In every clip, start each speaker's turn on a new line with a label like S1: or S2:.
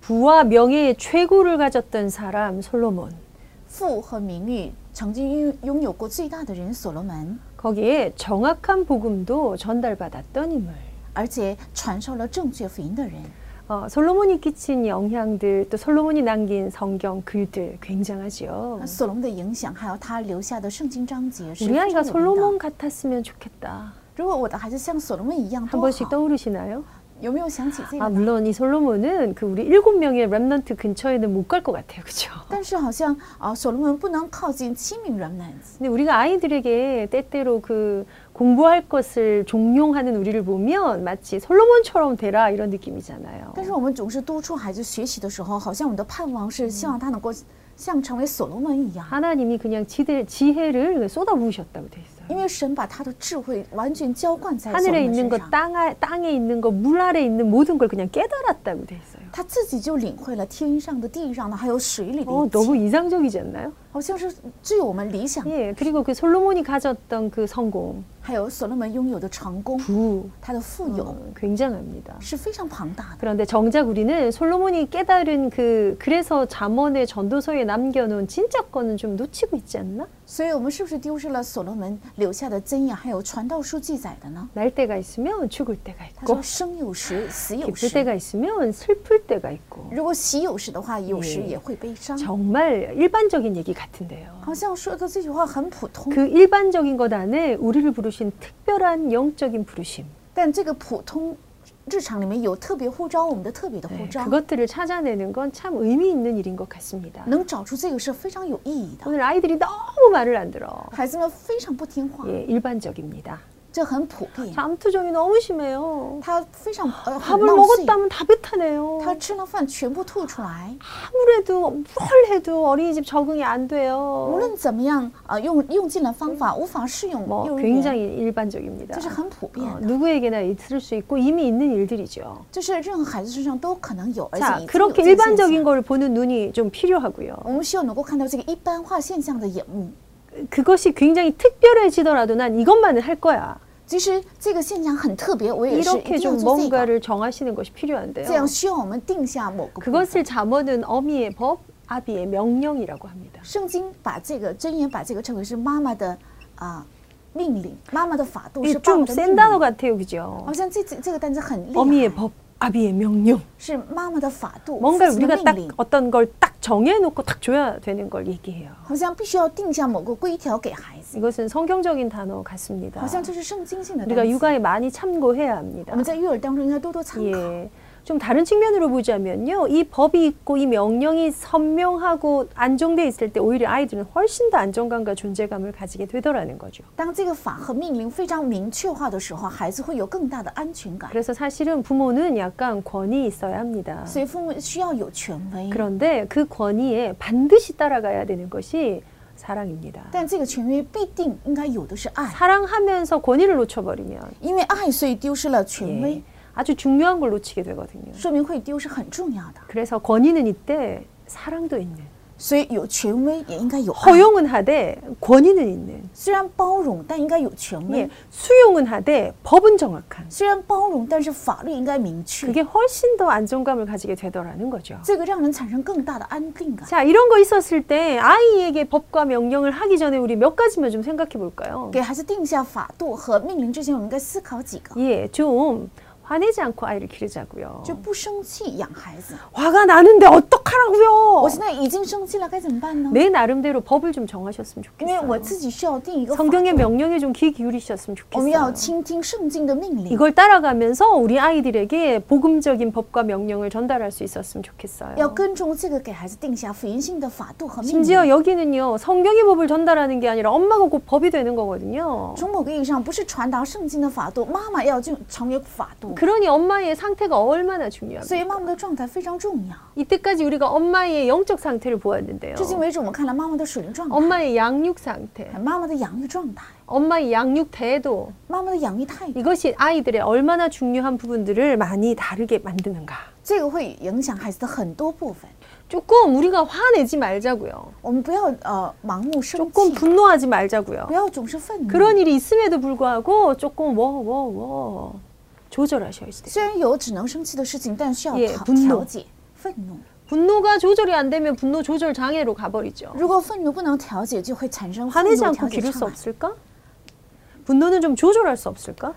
S1: 부와 명예의 최고를 가졌던 사람 솔로몬.
S2: 富和名誉曾经拥拥有过最大的人所罗门，
S1: 거기에 정확한 복음도 전달받았던 인물.
S2: 而且传授了正确福音的人。
S1: 어, 솔로몬이 끼친 영향들, 또 솔로몬이 남긴 성경 글들 굉장하지요.
S2: 那所罗门的影响，还有他留下的圣经章节是
S1: 우리
S2: 非
S1: 아이가
S2: 常有
S1: 솔로몬
S2: 名的。
S1: 같았으면 좋겠다.
S2: 如果我的孩子像所罗门一样
S1: 한
S2: 多
S1: 번씩
S2: 好，
S1: 떠오르시나요?
S2: 有没有想起这个
S1: 아,
S2: 呢？
S1: 물론 이 솔로몬은 그 우리 일곱 명의 랩넌트 근처에는 못 갈 것 같아요. 그죠?
S2: 但是好像啊，所罗门不能靠近七名人们。
S1: 근데 우리가 아이들에게 때때로 그 공부할 것을 종용하는 우리를 보면 마치 솔로몬처럼 되라 이런 느낌이잖아요.
S2: 但是我们总是督促孩子学习的时候，好像我们的盼望是希望他能够像成为所罗门一样，
S1: 하나님이 그냥 지대, 지혜를 쏟아부으셨다고 돼 있어요.
S2: 因为神把他的智慧完全浇灌在所罗
S1: 하늘에
S2: 门
S1: 있는
S2: 身
S1: 것,
S2: 上，
S1: 땅 아, 땅에 있는 것, 물 아래 있는 모든 걸 그냥 깨달았다고 돼 있어요.
S2: 他自己就领会了天上的、地上的，还有水里的
S1: 어,
S2: 一切，
S1: 너무 이상적이지 않나요?
S2: 好像是只有我们理想，
S1: 예, 그리고 그 솔로몬이 가졌던 그 성공,
S2: 还有所罗门拥有的成功，
S1: 부,
S2: 他的富
S1: 어,
S2: 有
S1: 굉장합니다.
S2: 是非常庞大的。
S1: 그런데 정작 우리는 솔로몬이 깨달은 그 그래서 잠언의 전도서에 남겨놓은 진짜 거는 좀 놓치고 있지 않나?
S2: 所以，我们是不是丢失了所罗门留下的箴言，还有传道书记载的呢？
S1: 날 때가 있으면 죽을 때가
S2: 他
S1: 있고
S2: 说：“生有时，死有
S1: 기쁠
S2: 时。
S1: 때가 있으면 슬플 때가 있고
S2: 如果喜有时的话，有时
S1: 예
S2: 也会悲伤。”
S1: 정말 일반적인 얘기 같은데요.
S2: 好像说的这句话很普通，
S1: 그 일반적인 것 안에 우리를 부르신 특별한 영적인 부르심
S2: 但这个普通日常里面有特别呼召我们的特别的呼
S1: 네,
S2: 召，
S1: 그것들을 찾아내는 건 참 의미 있는 일인 것 같습니다.
S2: 能找出这个是非常有意义的。
S1: 오늘 아이들이 너무 말을 안 들어.
S2: 孩子们非常不听话，
S1: 예, 일반적입니다.
S2: 这很普
S1: 네.
S2: 遍。
S1: 잠투정이 너무 심해요.
S2: 他非常呃很
S1: 밥을
S2: 闹碎，
S1: 먹었다면 네, 다 뱉어내요.
S2: 他吃了饭全部吐出来。
S1: 아무래도 뭘 해도 어린이집 적응이 안
S2: 无
S1: 돼요.
S2: 论怎么样啊、呃用用尽了方法，无法适用
S1: 뭐
S2: 幼儿园，
S1: 굉장히 일반적입니다.
S2: 这是很普遍
S1: 어,
S2: 的，
S1: 누구에게나 있을 수 있고 이미 있는 일들이죠.
S2: 就是任何孩子身上都啊可能有，而且
S1: 자,
S2: 已经有
S1: 그렇게
S2: 这个现
S1: 일반적인
S2: 象。
S1: 걸 보는 눈이 좀 필요하고요.
S2: 我们需要能够看到这个一般化现象的眼目，
S1: 그것이 굉장히 특별해지더라도 난 이것만은 할 거야.
S2: 即使这个现象很特别，我也是一
S1: 네, 이렇게
S2: 定要
S1: 좀
S2: 做这个。
S1: 뭔가를 정하시는 것이 필요한데요.
S2: 这样需要我们定下某个部分
S1: 그것을 잠언은 어미의 법, 아비의 명령이라고 합니다.
S2: 圣经把这个箴言把这个称为是妈妈的啊、命令，妈妈的法度是
S1: 이게
S2: 爸爸
S1: 좀
S2: 的
S1: 센
S2: 命
S1: 단어
S2: 令。
S1: 같아요, 그죠?
S2: 好像这这这个单词很厉
S1: 어미의
S2: 害，
S1: 법, 아비의 명령.
S2: 是妈妈的法度，
S1: 뭔가
S2: 父亲的
S1: 우리가 딱
S2: 命令，
S1: 어떤 걸 딱 정해놓고 딱 줘야 되는 걸 얘기해요.
S2: 好像必须要定下某个规条给孩子，
S1: 이것은 아, 성경적인 단어 같습니다.
S2: 好像这是圣经性的单
S1: 우리가
S2: 词。
S1: 육아에 많이 참고해야 합니다.
S2: 我们在育儿当中应该多多参考。
S1: 예. 좀 다른 측면으로 보자면요. 이 법이 있고 이 명령이 선명하고 안정돼 있을 때 오히려 아이들은 훨씬 더 안정감과 존재감을 가지게 되더라는 거죠.
S2: 当这个法和命令非常明确化的时候，孩子会有更大的安全感。
S1: 그래서 사실은 부모는 약간 권위 있어야 합니다.
S2: 所以父母需要有权威，
S1: 그런데 그 권위에 반드시 따라가야 되는 것이 사랑입니다.
S2: 但这个权威必定应该有的是爱，
S1: 사랑하면서 권위를 놓쳐버리면
S2: 因为爱所以丢失了权威
S1: 예, 。 아주 중요한 걸 놓치게 되거든요.
S2: 说明会丢是很重要的，
S1: 그래서 권위는 이때 사랑도 있는
S2: 所以有权威也应该有爱
S1: 허용은 하되 권위는 있는
S2: 虽然包容，但应该有权威
S1: 예, ； 수용은 하되 법은 정확한
S2: 虽然包容，但是法律应该明确。
S1: 그게 훨씬 더 안정감을 가지게 되더라는 거죠.
S2: 这个让人产生更大的安定感。
S1: 자 이런 거 있었을 때 아이에게 법과 명령을 하기 전에 우리 몇 가지만 좀 생각해 볼까요?
S2: 给孩子定下法度和命令之前，我们应该思考几个：
S1: 예, 좀 화내지 않고 아이를 기르자고요.
S2: 就不生气养孩子。
S1: 화가 나는데 어떡하라고요?
S2: 我现在已经生气了，该怎么办呢？
S1: 내 나름대로 법을 좀 정하셨으면
S2: 因为我
S1: 좋겠어요.
S2: 自己需要定一个法，
S1: 성경의 명령에 좀 귀 기울이셨으면
S2: 我们要
S1: 좋겠어요.
S2: 倾听圣经的命令，
S1: 이걸 따라가면서 우리 아이들에게 복음적인 법과 명령을 전달할 수 있었으면
S2: 要
S1: 좋겠어요.
S2: 跟踪这个给孩子定下福音性的法度和命令。
S1: 심지어 여기는요 성경의 법을 전달하는 게 아니라 엄마가 곧 법이 되는 거거든요.
S2: 从某个意义上，不是传达圣经的法度，妈妈要就成为法度。
S1: 그러니 엄마의 상태가 얼마나 중요합니까?
S2: 所以妈妈的状态非常重
S1: 哦
S2: 要。
S1: 이때까지 우리가 엄마의 영적 상태를 보았는데요.
S2: 至今为止，我们看了妈妈的水灵状态，
S1: 엄마의 양육 상태,
S2: 妈妈的养育状态，
S1: 엄마의 양육 태도
S2: 妈妈的养育态度，
S1: 이것이 아이들의 얼마나 중요한 부분들을 많이 다르게 만드는가.
S2: 这个会影响孩子的很多部分。
S1: 조금 우리가 화내지 말자고요.
S2: 我们不要呃盲目生
S1: 조금
S2: 气，
S1: 분노하지 말자고요.
S2: 不要总是愤怒。
S1: 그런 일이 있음에도 불구하고 조금 워워워 조절하셔야 돼요.
S2: 虽然有只能生气的事情，但需要
S1: 也
S2: 调
S1: 愤怒哦
S2: 调节愤怒。
S1: 분노가 조절이 안 되면 분노 조절 장애로 가버리죠.
S2: 如果愤怒不能调节，就会产生愤
S1: 화내지
S2: 怒
S1: 않고
S2: 调节
S1: 기를 수
S2: 障碍。
S1: 없을까? 분노는 좀 조절할 수 없을까?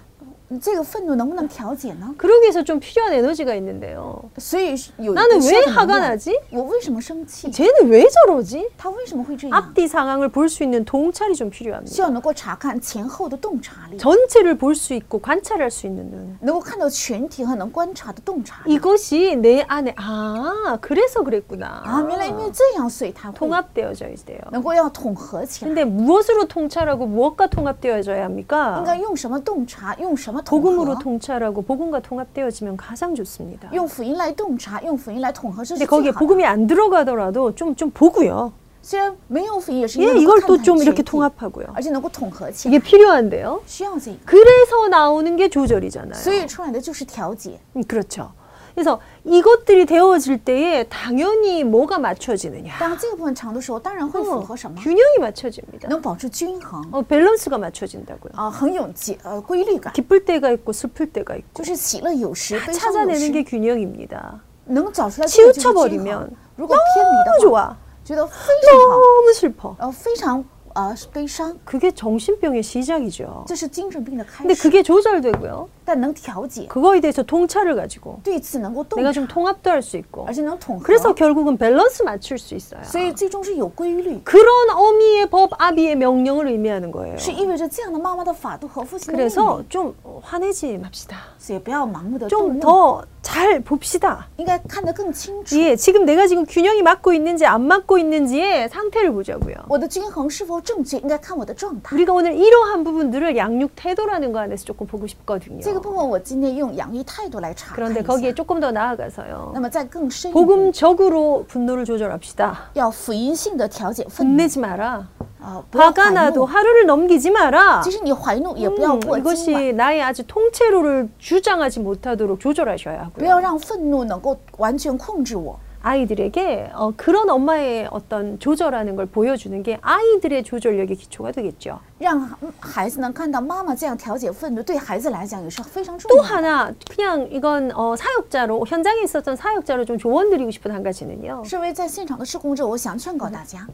S2: 这个愤怒能不能调节呢？
S1: 그러기 위해서 좀 필요한 에너지가 있는데요.
S2: 所以有一个
S1: 나는
S2: 需
S1: 왜
S2: 要的能
S1: 화가
S2: 量
S1: 나지?
S2: 我为什么生气？
S1: 쟤는 왜 저러지?
S2: 他为什么会这样？
S1: 앞뒤 상황을 볼 수 있는 동찰이 좀
S2: 需
S1: 필요합니다.
S2: 要能够查看前后的洞察力，
S1: 전체를 볼 수 있고 관찰할 수 있는 눈.
S2: 能够看到全体和能观察的洞察力。
S1: 이것이 내 안에 아 그래서
S2: 啊，
S1: 그랬구나.
S2: 原来因为这样，所以他
S1: 啊
S2: 会
S1: 통합되어져 있대요.
S2: 能够要统合起来。
S1: 근데 무엇으로 통찰하고 무엇과 통합되어져야
S2: 应该
S1: 합니까?
S2: 用什么洞察，用什么统
S1: 복음으로
S2: 合？
S1: 통찰하고 복음과 통합되어지면 가장 좋습니다.
S2: 用福音来洞察，用福音来统合，这
S1: 근데
S2: 是
S1: 거기에
S2: 最好的。
S1: 복음이 안 들어가더라도 좀 좀 보고요.
S2: 虽然没有福音，也是
S1: 예,
S2: 因为能够
S1: 이걸
S2: 看
S1: 또
S2: 看
S1: 좀
S2: 真
S1: 이렇게
S2: 谛
S1: 통합하고요.
S2: 而且能够统合起来，
S1: 이게 필요한데요.
S2: 需要这个，
S1: 그래서 나오는 게 조절이잖아요.
S2: 所以出来的就是调节。
S1: 음, 그렇죠. 그래서 이것들이 되어질 때에 당연히 뭐가 맞춰지느냐.
S2: 当这个部分长的时候，当
S1: 어,
S2: 然会符合什么？
S1: 균형이 맞춰집니다.
S2: 能保持均衡
S1: 어, 밸런스가 맞춰진다고요.
S2: 啊，很有节呃规律感，
S1: 기쁠 때가 있고 슬플 때가 있고
S2: 就是喜乐有时，悲伤有
S1: 찾아내는
S2: 时
S1: 게 ， 균형입니다.
S2: 能找出来这个就是
S1: 치우쳐버리면
S2: 均衡。如果偏离
S1: 너무
S2: 的话，
S1: 좋아.
S2: 觉得非常好，
S1: 너무 슬퍼.
S2: 呃，非常呃悲伤，
S1: 그게 정신병의 시작이죠.
S2: 这是精神病的开
S1: 근데
S2: 始。
S1: 그게 조절되고요.
S2: 但能调节，
S1: 그거에 대해서 동찰을 가지고
S2: 对此能够洞
S1: 내가
S2: 察，
S1: 좀 통합도 할 수 있고.
S2: 而且能统合，
S1: 그래서 결국은 밸런스 맞출 수 있어요.
S2: 所以最终是有规律，
S1: 그런 어미의 법 아비의 명령을 의미하는 거예요.
S2: 是意味着这样的妈妈的法度和父亲的命
S1: 그래서
S2: 令，
S1: 좀 화내지 맙시다.
S2: 所以不要盲目的
S1: 좀
S2: 动怒，
S1: 더 잘 봅시다.
S2: 应该看得更清楚。
S1: 예, 지금 내가 지금 균형이 맞고 있는지 안 맞고 있는지의 상태를 보자고요.
S2: 我的均衡是否正确，应该看我的状态。
S1: 우리가 오늘 이러한 부분들을 양육 태도라는 거 안에서 조금 아, 보고 싶거든요.
S2: 这个部分我今天用养育态度来查看
S1: 그런데
S2: 一
S1: 거기에
S2: 下。
S1: 조금 더 나아가서요.
S2: 那么再更深一步，
S1: 복음적으로 분노를 조절합시다.
S2: 要福音性的调节
S1: 음.
S2: 愤怒
S1: 혼내지 마라.
S2: 啊，不要
S1: 화가
S2: 怀
S1: 나도 嗯
S2: 怒。
S1: 하루를 넘기지 마라.
S2: 即使你怀怒，也不要
S1: 음,
S2: 过今晚，
S1: 이것이 나의 아주 통째로를 주장하지 못하도록 조절하셔야
S2: 不
S1: 하고요.
S2: 要让愤怒能够完全控制我。
S1: 아이들에게 어, 그런 엄마의 어떤 조절하는 걸 보여주는 게 아이들의 조절력의 기초가 되겠죠.
S2: 让孩子能看到妈妈这样调节愤怒，对孩子来讲也是非常重
S1: 또
S2: 要的。
S1: 하나 그냥 이건 어, 사역자로 현장에 있었던 사역자로 좀 조언드리고 싶은 한 가지는요.
S2: 身为在现场的施工者，我想劝告大家，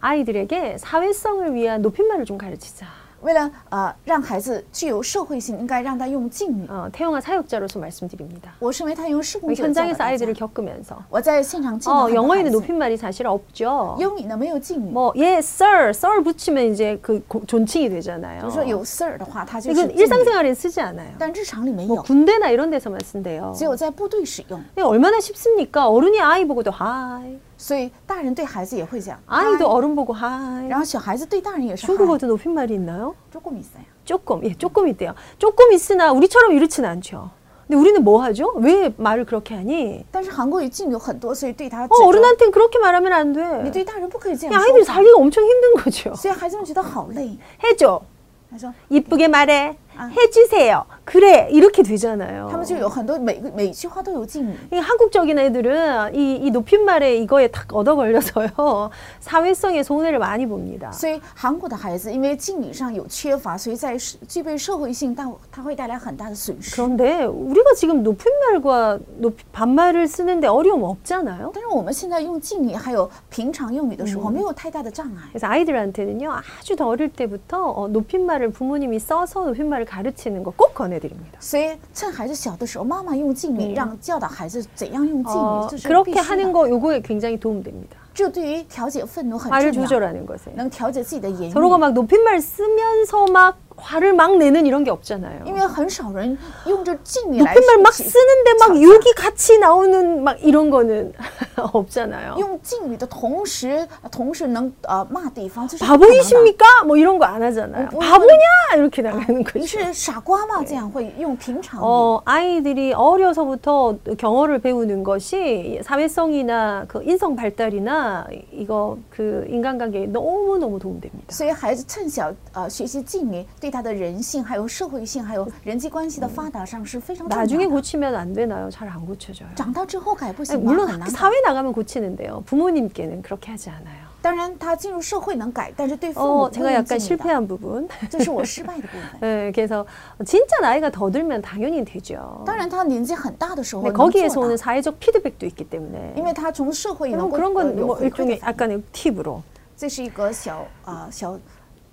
S1: 아이들에게 사회성을 위한 높임말을 좀 가르치자.
S2: 为了呃让孩子具有社会性，应该让他用敬语。
S1: 어, 태영아 사역자로서 말씀드립니다.
S2: 我身为他用施工
S1: 이
S2: 者的教导
S1: 현장에서
S2: 大家
S1: 아이들을 ， 겪으면서
S2: 我在现场见到
S1: 어,
S2: 很多
S1: 영어에는
S2: 孩子
S1: 높임말이 사실 없죠.
S2: 英语呢没有敬语，
S1: 뭐 예, sir, sir 붙이면 이제 그 고- 존칭이
S2: 比
S1: 되잖아요.
S2: 如说有 sir 的话，他就是
S1: 이건
S2: 敬语，
S1: 일상생활엔 쓰지 않아요.
S2: 但日常里没有，
S1: 군대나 이런 데서만 쓴대요.
S2: 只有在部队使用。
S1: 근데 얼마나 쉽습니까? 어른이 아이 보고도 하이,
S2: 所以大人对孩子也会讲
S1: 아이도 어른 보고 하이.
S2: 然后小孩子对大人也是
S1: 중국어도 높임말이 있나요?
S2: 조금있어요
S1: 조금, 예, 조금 있대요. 조금 있으나 우리처럼 이렇진 않죠. 근데 우리는 뭐 하죠? 왜 말을 그렇게 하니?
S2: 但是韩国语敬语很多，所以对他
S1: 어,
S2: 指责
S1: 어른한테는 그렇게 말하면 안 돼.
S2: 你对大人不可以这
S1: 야,
S2: 样
S1: 아이들
S2: 说话，
S1: 살기가 엄청 힘든 거죠.
S2: 所以孩子们觉得好累。
S1: 해줘.
S2: 他说
S1: 이쁘게 말해.
S2: 아.
S1: 해주세요. 그래. 이렇게
S2: 他
S1: 되잖아요.
S2: 们就有很多每个每句话都有敬语，
S1: 이 한국적인 애들은 이, 이 높임말에 이거에 탁 얻어 걸려서요. 사회성에 손해를 많이 봅니다.
S2: 所以韩国的孩子因为敬语上有缺乏，所以在社具备社会性，但它会带来很大的损失。
S1: 그런데 우리가 지금 높임말과 높- 반말을 쓰는데 어려움 없잖아요.
S2: 但是我们现在用敬语还有平常用语的
S1: 嗯
S2: 时候，没有太大的障碍。
S1: 그래서 아이들한테는요 아주 더 어릴 때부터 어, 높임말을 부모님이 써서 높임말을 가르치는 거 꼭 권해드립니다.
S2: 所以趁孩子小的时候，妈妈用敬语，让教导孩子怎样用敬
S1: 어,
S2: 语，这是
S1: 嗯
S2: 必
S1: 哦 그렇게
S2: 须
S1: 하는
S2: 的。
S1: 거 요거에 굉장히 도움됩니다.
S2: 这对于调节愤怒很
S1: 화를
S2: 重要，
S1: 조절하는 것에
S2: 能调节自己的言
S1: 서로가
S2: 语。
S1: 막 높임말 쓰면서 막 화를 막 내는 이런 게 없잖아요.
S2: 因为很少人用这敬语来
S1: 예, 높임말 막
S2: 起
S1: 쓰는데 막 욕이 같이 나오는 막 이런 거는 없잖아요.
S2: 用敬语的同时，同时能呃骂对方，就是不可能的。
S1: 바보이십니까? 뭐 이런 거 안 하잖아요.
S2: 어, 뭐
S1: 바보냐 이렇게 나가는 거죠.
S2: 你是傻瓜吗？这样会用平常语。
S1: 어, 아이들이 어려서부터 경어를 배우는 것이 사회성이나 그 인성 발달이나 이거 그 인간관계에 너무너무 도움됩니다.
S2: 所以孩子趁小呃学习敬语，对他的人性、还有社会性、还有人际关系的发达上是非常重要
S1: 나중에
S2: 的。
S1: 고치면 안 되나요? 잘 안 고쳐져요.
S2: 长大之后改不
S1: 아니,
S2: 行吗？啊
S1: 물론
S2: 很难改。
S1: 사회 나가면 고치는데요. 부모님께는 그렇게 하지 않아요.
S2: 但当然，他进入社会能改，但是对父母
S1: 어,
S2: 不
S1: 제가
S2: 能
S1: 약간
S2: 尽力的
S1: 실패한 부분.
S2: 这是我失败的部分。
S1: 네, 그래서 진짜 나이가 더 들면 당연히 되죠.
S2: 当然，他年纪很大的时候
S1: 네,
S2: 能做
S1: 거기에서
S2: 到
S1: 오는 사회적 피드백도 있기 때문에.
S2: 因为他从社会能
S1: 그럼
S2: 够
S1: 그런
S2: 呃
S1: 건
S2: 有
S1: 뭐
S2: 回馈
S1: 일종의
S2: 的，
S1: 약간의 팁으로.
S2: 这是一个小啊、小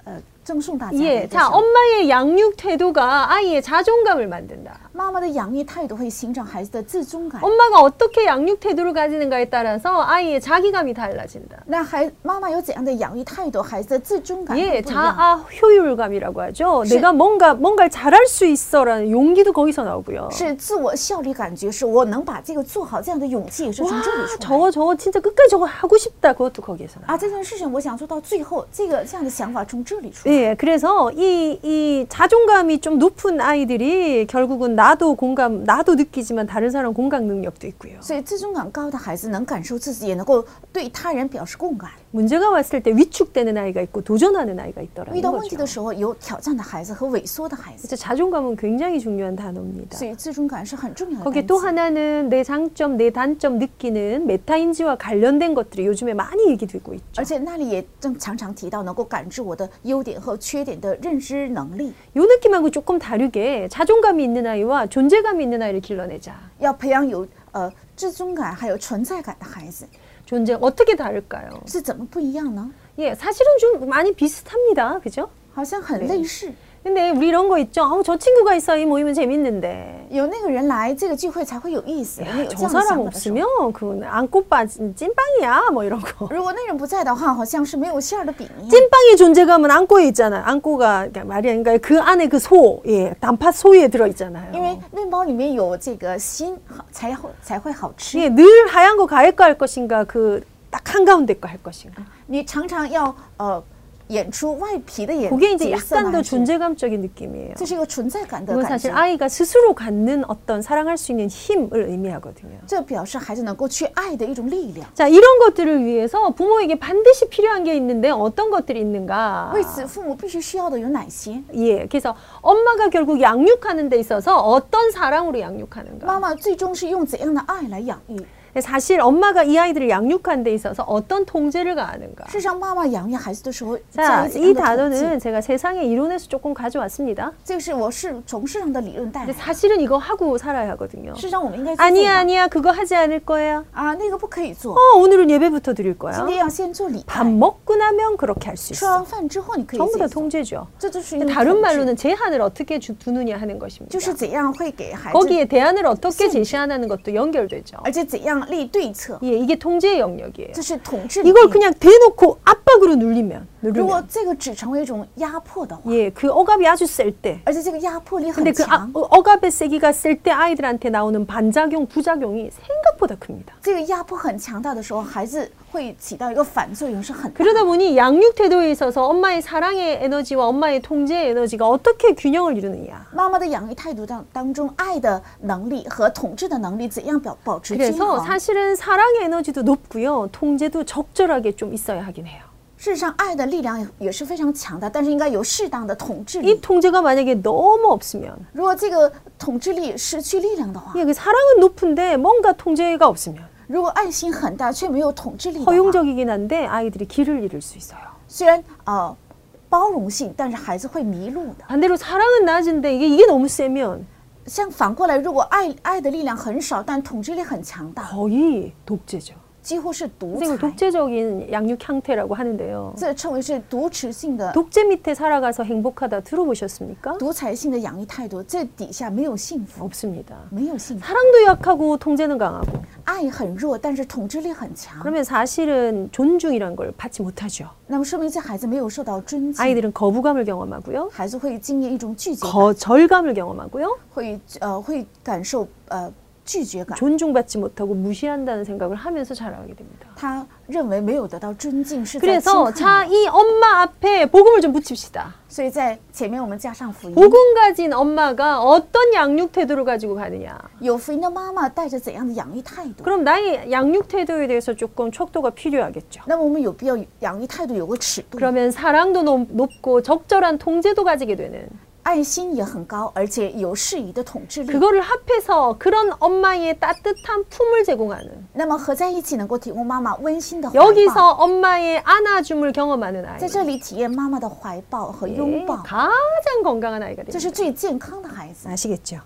S2: 呃赠送大家的
S1: 예,
S2: 一个
S1: 자
S2: 小
S1: 엄마의 양육 태도가 아이의 자존감을 만든다.
S2: 妈妈的养育态度会形成孩子的自尊感。
S1: 엄마가 어떻게 양육 태도를 가지는가에 따라서 아이의 자기감이 달라진다.
S2: 那孩妈妈有怎样的养育态度，孩子的自尊感会
S1: 예,
S2: 不一样。
S1: 자아 효율감이라고 하죠.
S2: 시-
S1: 내가 뭔가 뭔가를 잘할 수 있어라는 용기도 거기서 나오고요.
S2: 是自我效率感觉，是我能把这个做好，这样的勇气也是从
S1: 와,
S2: 这里出来的。
S1: 저거 저거 진짜 끝까지 저거 하고 싶다. 그것도 거기에서 나.
S2: 啊，这件事情我想做到最后，这个这样的想法从这里出来。
S1: 예, 그래서 이, 이 자존감이 좀 높은 아이들이 결국은 나도 공감, 나도 느끼지만 다른 사람 공감 능력도 있고요.
S2: 所以自尊感高的孩子能感受自己，也能够对他人表示共感。
S1: 문제가 왔을 때 위축되는 아이가 있고 도전하는 아이가
S2: 遇
S1: 있더라는
S2: 到问题
S1: 거죠.
S2: 的时候，有挑战的孩子和萎缩的孩子，
S1: 진짜 자존감은 굉장히 중요한 단어입니다.
S2: 所以自尊感是很重要的
S1: 거기에
S2: 单
S1: 또
S2: 词。
S1: 하나는 내 장점, 내 단점 느끼는 메타인지와 관련된 것들이 요즘에 많이 얘기되고 있죠.
S2: 而且那里也正常常提到能够感知我的优点和缺点的认知能力，
S1: 요 느낌하고 조금 다르게 자존감이 있는 아이와 존재감이 있는 아이를 길러내자.
S2: 要培养有呃自尊感还有存在感的孩子
S1: 존재 어떻게 다를까요?
S2: 是怎么不一样呢？
S1: 예, 사실은 좀 많이 비슷합니다. 그죠?
S2: 好像很类似。
S1: 근데 우리 이런 거 있죠. 아우 저 친구가 있어야 이 모임은 재밌는데.
S2: 有那个人来，这个聚会才会有意思。我们有这
S1: 아, 저
S2: 样的想
S1: 사람
S2: 法的时候，
S1: 없으면 그건 안꽃밭 찐빵이야 뭐 이런 거.
S2: 如果那人不在的话，好像是没有馅儿的饼一样。
S1: 찐빵의 존재감은 안고에 있잖아요. 안고가 그러니까 말이 아닌가요? 그 안에 그 소, 예, 단팥 소에 들어
S2: 因为
S1: 있잖아요.
S2: 面包里面有这个心，好才会才会好吃。
S1: 예, 늘 하얀 거 가에 거할 것인가 그 딱 한가운데 거 할 것인가.
S2: 你常常要呃演出外皮的演
S1: 그게 이제
S2: 角色
S1: 약간
S2: 呢
S1: 더
S2: 还是
S1: 존재감적인 느낌이에요.
S2: 这是一个存在感的
S1: 그건
S2: 感
S1: 사실
S2: 觉。
S1: 아이가 스스로 갖는 어떤 사랑할 수 있는 힘을 의미하거든요.
S2: 这表示孩子能够去爱的一种力量。
S1: 자, 이런 것들을 위해서 부모에게 반드시 필요한 게 있는데 어떤 것들이 뭐 있는가?
S2: 为此，父母必须需要的有哪些？
S1: 예, 그래서 엄마가 결국 양육하는 데 있어서 어떤 사랑으로 양육하는가? 네,
S2: 妈妈最终是用怎样的爱来养育？
S1: 사실 엄마가 이 아이들을 양육하는 데 있어서 어떤 통제를 가하는가?
S2: 事实上，妈妈养育孩子的时候，
S1: 자,
S2: 加以怎
S1: 이
S2: 样的统计
S1: 단어는 제가 세상의 이론에서 조금 가져왔습니다.
S2: 这是我是从市场的理论带
S1: 근데
S2: 来的。
S1: 사실은 이거 하고 살아야 하거든요.
S2: 事实上，我们应该去做
S1: 아니야,
S2: 到
S1: 아니야, 그거 하지 않을 거야.
S2: 啊，那个不可以做，
S1: 어, 오늘은 예배부터 드릴 거야.
S2: 今天要先做礼
S1: 밥
S2: 拜。
S1: 먹고 나면 그렇게 할 수
S2: 吃完
S1: 있어.
S2: 饭之后你可以
S1: 전부
S2: 自
S1: 다
S2: 己做，
S1: 통제죠.
S2: 这就是一
S1: 근데
S2: 种
S1: 다른
S2: 统治
S1: 말로는 제한을 어떻게 주- 두느냐 하는 것입니다.
S2: 就是怎样会给孩子，
S1: 거기에 대안을 어떻게 제시하는 것도 연결되죠.
S2: 而且怎样立对策，
S1: 예, 이게 통제의 영역이에요.
S2: 这是统治。
S1: 이걸 그냥 대놓고 압박으로 눌리면
S2: 如果
S1: 누르면
S2: 这个只成为一种压迫的话，
S1: 예, 그 억압이 아주 셀 때.
S2: 而且这个啊压迫力很
S1: 근데 그 아-
S2: 强，
S1: 어, 억압의 세기가 셀 때 아이들한테 나오는 반작용, 부작용이 생각보다 큽니다.
S2: 这个压迫很强大的时候，孩子会起到一个反作用，是很大的。
S1: 그러다 보니 양육 태도에 있어서 엄마의 사랑의 에너지와 엄마의 통제의 에너지가 어떻게 균형을 이루느냐.
S2: 妈妈的养育态度当当中，爱的能力和统治的能力怎样表保持均
S1: 그래서
S2: 衡？
S1: 사실은 사랑의 에너지도 높고요. 통제도 적절하게 좀 있어야 하긴 해요.
S2: 事实上，爱的力量也也是非常强的，但是应该有适当的统治
S1: 이
S2: 力。
S1: 통제가 만약에 너무 없으면
S2: 如果这个统治力失去力量的话，
S1: 예, 그 사랑은 높은데 뭔가 통제가 없으면
S2: 如果爱心很大却没有统治力的话，
S1: 허용적이긴 한데 아이들이 길을 잃을 수 있어요.
S2: 虽然呃包容性，但是孩子会迷路的。
S1: 반대로 사랑은 낮은데 이게 이게 너무 세면
S2: 像反过来，如果爱爱的力量很少，但统治力很强大，
S1: 거의 독재죠.
S2: 几乎是独
S1: 선생님
S2: 裁，
S1: 독재적인 양육 형태라고 하는데요.
S2: 这称为是独持性的
S1: 독재 밑에 살아가서 행복하다 들어보셨습니까?
S2: 独裁性的养育态度。这底下没有幸福，
S1: 없습니다.
S2: 没有幸福，
S1: 사랑도 약하고 통제는 강하고
S2: 爱很弱，但是统治力很强。
S1: 그러면 사실은 존중이란 걸 받지 못하죠.
S2: 那么说明这孩子没有受到尊敬，
S1: 아이들은 거부감을 경험하고요.
S2: 孩子会经验一种拒绝感，
S1: 거절감을 경험하고요.
S2: 会呃会感受呃拒绝感。
S1: 존중받지 못하고 무시한다는 생각을 하면서 자라게 됩니다.
S2: 他认为没有得到尊敬是在侵
S1: 그래서
S2: 害
S1: 자
S2: 我，
S1: 이 엄마 앞에 복음을 좀 붙입시다.
S2: 所以在前面我们加上福音。
S1: 복음 가진 엄마가 어떤 양육 태도를 가지고 가느냐.
S2: 有福音的妈妈带着怎样的养育态度？
S1: 그럼 나의 양육 태도에 대해서 조금 척도가 필요하겠죠.
S2: 那么我们有必要养育态度有个尺度，
S1: 그러면 사랑도 높- 높고 적절한 통제도 가지게 되는
S2: 爱心也很高，而且有适宜的统治力。
S1: 그거를 합해서 그런 엄마의 따뜻한 품을 제공하는
S2: 那么合在一起能够提供妈妈温馨的
S1: 아,
S2: 怀抱，
S1: 여기서 엄마의 안아줌을 경험하는 아이
S2: 在这里体验妈妈的怀抱和
S1: 예,
S2: 拥抱，
S1: 가장 건강한 아이가
S2: 这
S1: 됩니다.
S2: 是最健康的孩子。
S1: 아시겠죠?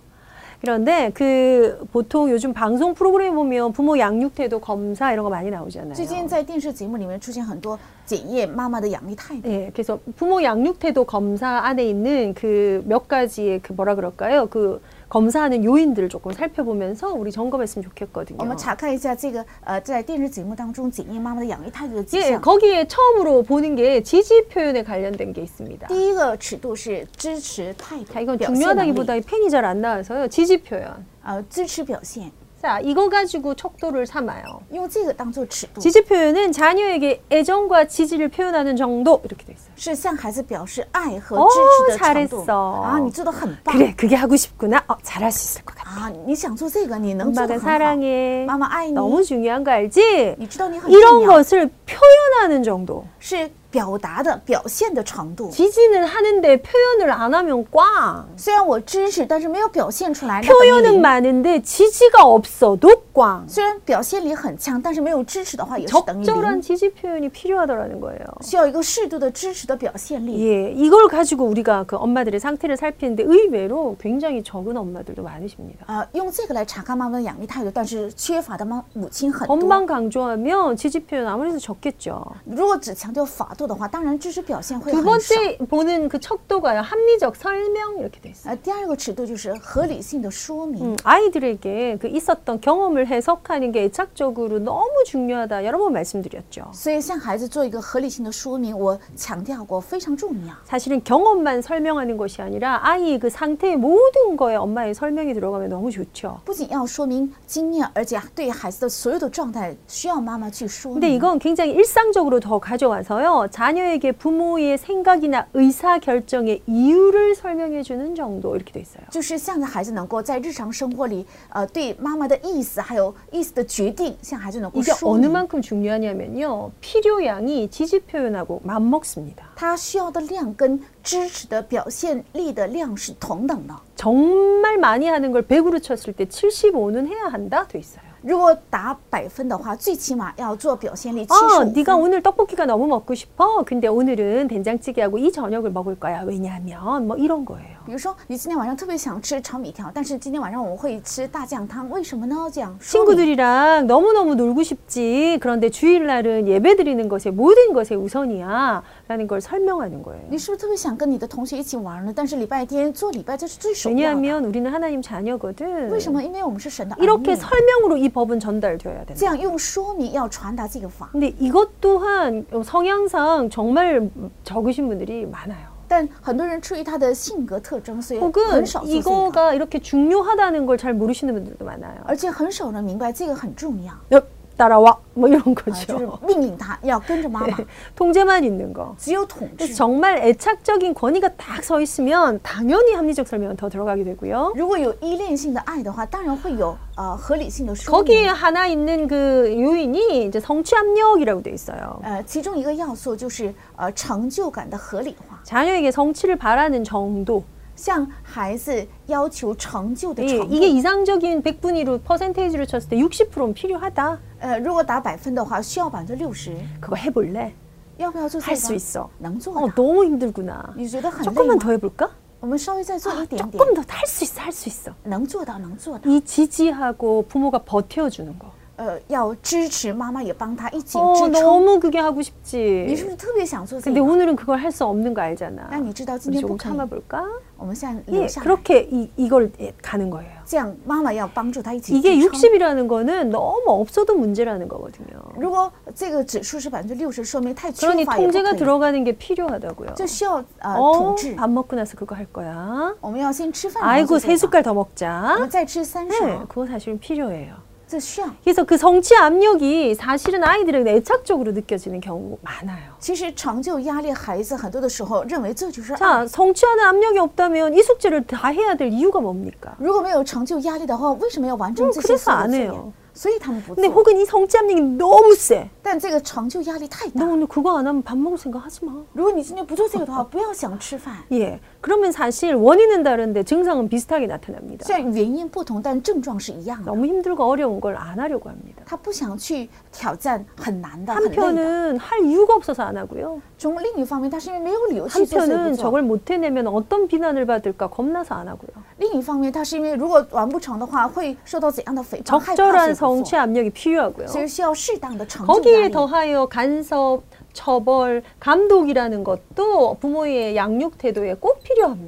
S1: 그런데 그 보통 요즘 방송 프로그램에 보면 부모 양육 태도 검사 이런 거 많이 나오잖아요.
S2: 最近在电视节目里面出现很多检验妈妈的养育态度，
S1: 예, 그래서 부모 양육 태도 검사 안에 있는 그 몇 가지의 그 뭐라 그럴까요? 그 검사하는 요인들을 조금 살펴보면서 우리 점검했으면
S2: 我
S1: 좋겠거든요.
S2: 们查看一下这个呃，在电视节目当中检验妈妈的养育态度的迹
S1: 예,
S2: 象。
S1: 거기에 처음으로 보는 게 지지 표현에 관련된 게 있습니다.
S2: 第一个尺度是支持态
S1: 자
S2: 度，
S1: 이건
S2: 表现能力
S1: 중요하다기보다 이 팬이 잘 안 나와서요. 지지 표현.
S2: 呃支持表现，
S1: 자 이거 가지고 척도를 삼아요.
S2: 用这个当做尺度，
S1: 지지 표현은 자녀에게 애정과 지지를 표현하는 정도 이렇게 돼 있어요.
S2: 是向孩子表示爱和
S1: 哦
S2: 支持的程
S1: 잘했
S2: 度。
S1: 어
S2: 啊，你做的很棒
S1: 그래 그게 하고 싶구나. 어, 잘할 수 있을 것 같아.
S2: 啊！你想做这个，你能做的
S1: 엄마가
S2: 很好。
S1: 사랑해.
S2: 妈妈爱你，
S1: 너무 중요한 거 알지?
S2: 你知道你很重
S1: 이런
S2: 要，
S1: 것을 표현하는 정도.
S2: 是表达的表现的程度。
S1: 지지는 하는데 표현을 안 하면 꽝.
S2: 虽然我支持，但是没有表现出来。那等于零
S1: 표현은 많은데 지지가 없어도 꽝.
S2: 虽然表现力很强，但是没有支持的话，也是等于
S1: 적절한
S2: 零。
S1: 지지 표현이 필요하다라는 거예요.
S2: 需要一个适度的支持的表现力。
S1: 예, 이걸 가지고 우리가 그 엄마들의 상태를 살피는데 의외로 굉장히 적은 엄마들도 많으십니다.
S2: 啊、用这个来查看妈妈的养育态度，但是缺乏的妈母亲很多。
S1: 엄만 강조하면 지지 표현 아무래도 적겠죠.
S2: 如果只强调法度的话，当然支持表现会
S1: 두
S2: 很少。
S1: 번째 보는 그 척도가요. 합리적 설명 이렇게 돼 있어요.
S2: 呃，第二个尺度就是合理性的说明。
S1: 음, 아이들에게 그 있었던 경험을 해석하는 게 애착적으로 너무 중요하다. 여러 번 말씀드렸죠.
S2: 所以向孩子做一个合理性的说明，我强调过非常重要。
S1: 사실은 경험만 설명하는 것이 아니라 아이의 그 상태의 모든 거에 엄마의 설명이 들어가면 너무 좋죠.
S2: 不仅要说明经验，而且对孩子的所有的状态需要妈妈去说
S1: 근데
S2: 明。
S1: 이건 굉장히 일상적으로 더 가져와서요. 자녀에게 부모의 생각이나 의사 결정의 이유를 설명해 주는 정도 이렇게 돼 있어요.
S2: 就是向着孩子能够在日常生活里，呃，对妈妈的意思还有意思的决定，向孩子能够
S1: 이게
S2: 说
S1: 어느
S2: 明
S1: 만큼 중요하냐면요. 필요량이 지지 표현하고 맞먹습니다.
S2: 他需要的量跟支持的表现力的量是同等的。
S1: 정말 많이 하는 걸 100으로 쳤을 때 75는 해야 한다 돼 있어요.
S2: 如果打百分的话，最起码要做表现力七
S1: 어,
S2: 十五
S1: 네가 오늘 떡볶이가 너무 먹고 싶어. 근데 오늘은 된장찌개하고 이 저녁을 먹을 거야. 왜냐하면 뭐 이런 거예요.
S2: 比如说，你今天晚上特别想吃炒米条，但是今天晚上我们会吃大酱汤，为什么呢？这样说明
S1: 친구들이랑 너무너무 놀고 싶지. 그런데 주일날은 예배 드리는 것에 모든 것에 우선이야. 라는 걸 설명하는 거예요.
S2: 你是不是特别想跟你的同学一起玩呢？但是礼拜天做礼拜这是最首要的。
S1: 왜냐하면 우리는 하나님 자녀거든.
S2: 为什么？因为我们是神的儿
S1: 이렇게
S2: 女。
S1: 설명으로 이 법은 전달되어야 된다.
S2: 这样用说明要传达这个法，
S1: 근데 이것 또한 성향상 정말 적으신 분들이 많아요.
S2: 但很多人出于他的性格特征，所以
S1: 혹은
S2: 很少做这个，
S1: 이거가 이렇게 중요하다는 걸 잘 모르시는 분들도 많아요.
S2: 而且很少人明白这个很重要，啊
S1: 야, 따라와 뭐 이런
S2: 就是
S1: 거죠.
S2: 命令他要跟着妈妈，
S1: 통제만 있는 거.
S2: 只有统
S1: 그래서
S2: 治。
S1: 정말 애착적인 권위가 딱 서 있으면 당연히 합리적 설명은 더 들어가게 되고요.
S2: 如果有依恋性的爱的话，当然会有呃合理性的说
S1: 거기에
S2: 明。
S1: 하나 있는 그 요인이 이제 성취 압력이라고 돼 있어요.
S2: 呃，其中一个要素就是呃成就感的合理化，
S1: 자녀에게 성취를 바라는 정도.
S2: 向孩子要求成就的
S1: 예,
S2: 程
S1: 이게
S2: 度。
S1: 이상적인 100분위로 퍼센테이지로 쳤을 때 60%는 필요하다.
S2: 呃，如果打百分的话，需要百分之六十，
S1: 그거 해볼래?
S2: 要不要做这
S1: 할
S2: 个？
S1: 수 있어.
S2: 能做
S1: 어,
S2: 的。
S1: 너무 힘들구나.
S2: 你觉得很累
S1: 조금만
S2: 吗？
S1: 더 해볼까?
S2: 我们稍微再
S1: 啊
S2: 做一点点，
S1: 조금 더 할 수 있어, 할 수 있어.
S2: 能做到，能做到。
S1: 이 지지하고 부모가 버텨주는 거.
S2: 呃，要支持妈妈，也帮她一起
S1: 어,
S2: 支撑。
S1: 너무 그게 하고
S2: 你是不
S1: 싶지.
S2: 是特别想做这
S1: 근데
S2: 个？
S1: 오늘은 그걸 할 수 없는 거 알잖아.
S2: 那你知道今
S1: 우리
S2: 天不
S1: 조금
S2: 可以，
S1: 참아볼까?
S2: 我们现在
S1: 예,
S2: 留下来。
S1: 그렇게 이, 이걸 예, 가는 거예요.
S2: 这样妈妈要帮助她一起
S1: 이게
S2: 支撑。
S1: 60이라는 거는 너무 없어도 문제라는 거거든요.
S2: 如果这个指数是百分之六十，说明太缺
S1: 그러니
S2: 乏也不
S1: 통제가
S2: 可以，
S1: 들어가는 게 필요하다고요.
S2: 就需要呃
S1: 어,
S2: 统治。
S1: 밥 먹고 나서 그거 할 거야.
S2: 我们要先吃饭，然后
S1: 아이고,
S2: 做
S1: 세
S2: 这个
S1: 숟갈 더
S2: 我
S1: 먹자.
S2: 们再吃三
S1: 네,
S2: 勺，
S1: 그거 사실은 필요해요.
S2: 这需要。
S1: 그래서 그 성취 압력이 사실은 아이들에게 애착적으로 느껴지는 경우 많아요.
S2: 其实成就压力，孩子很多的时候认为这就是爱。
S1: 자, 성취하는 압력이 없다면 이 숙제를 다 해야 될 이유가 뭡니까?
S2: 如果没有成就压力的话，为什么要完成
S1: 嗯
S2: 这
S1: 可
S2: 些
S1: 是
S2: 所有
S1: 反
S2: 的
S1: 的
S2: 作
S1: 哟
S2: 业？所以他们不
S1: 근데
S2: 做。
S1: 혹은 이 성짬이 너무 세.
S2: 但这个成就压力太
S1: 너
S2: 大，
S1: 오늘 그거 안 하면 밥 먹을 생각 하지 마.
S2: 如果你今天不做这 个的话，不要想吃饭。
S1: 예. 그러면 사실 원인은 다른데 증상은 비슷하게 나타납니다.
S2: 虽然原因不同，但症状是一样的。
S1: 너무 힘들고 어려운 걸 안 하려고 합니다.
S2: 他不想去挑战很难的、很累的。
S1: 한편은 할 이유가 없어서 안 하고요.
S2: 从另一方面，他是因为没有理由去做这个
S1: 한편은
S2: 不做；
S1: 저걸 못 해내면 어떤 비난을 받을까 겁나서 안 하고요.
S2: 另一方面，他是因为如果完不成的话，会受到怎样的诽谤、害怕
S1: 적절한
S2: 所以不
S1: 성취
S2: 做。
S1: 압력이 필요하고요.
S2: 所以需要适当的成就压
S1: 거기에
S2: 力。
S1: 더하여 간섭, 처벌, 감독이라는 것도 부모의 양육 태도에 꼭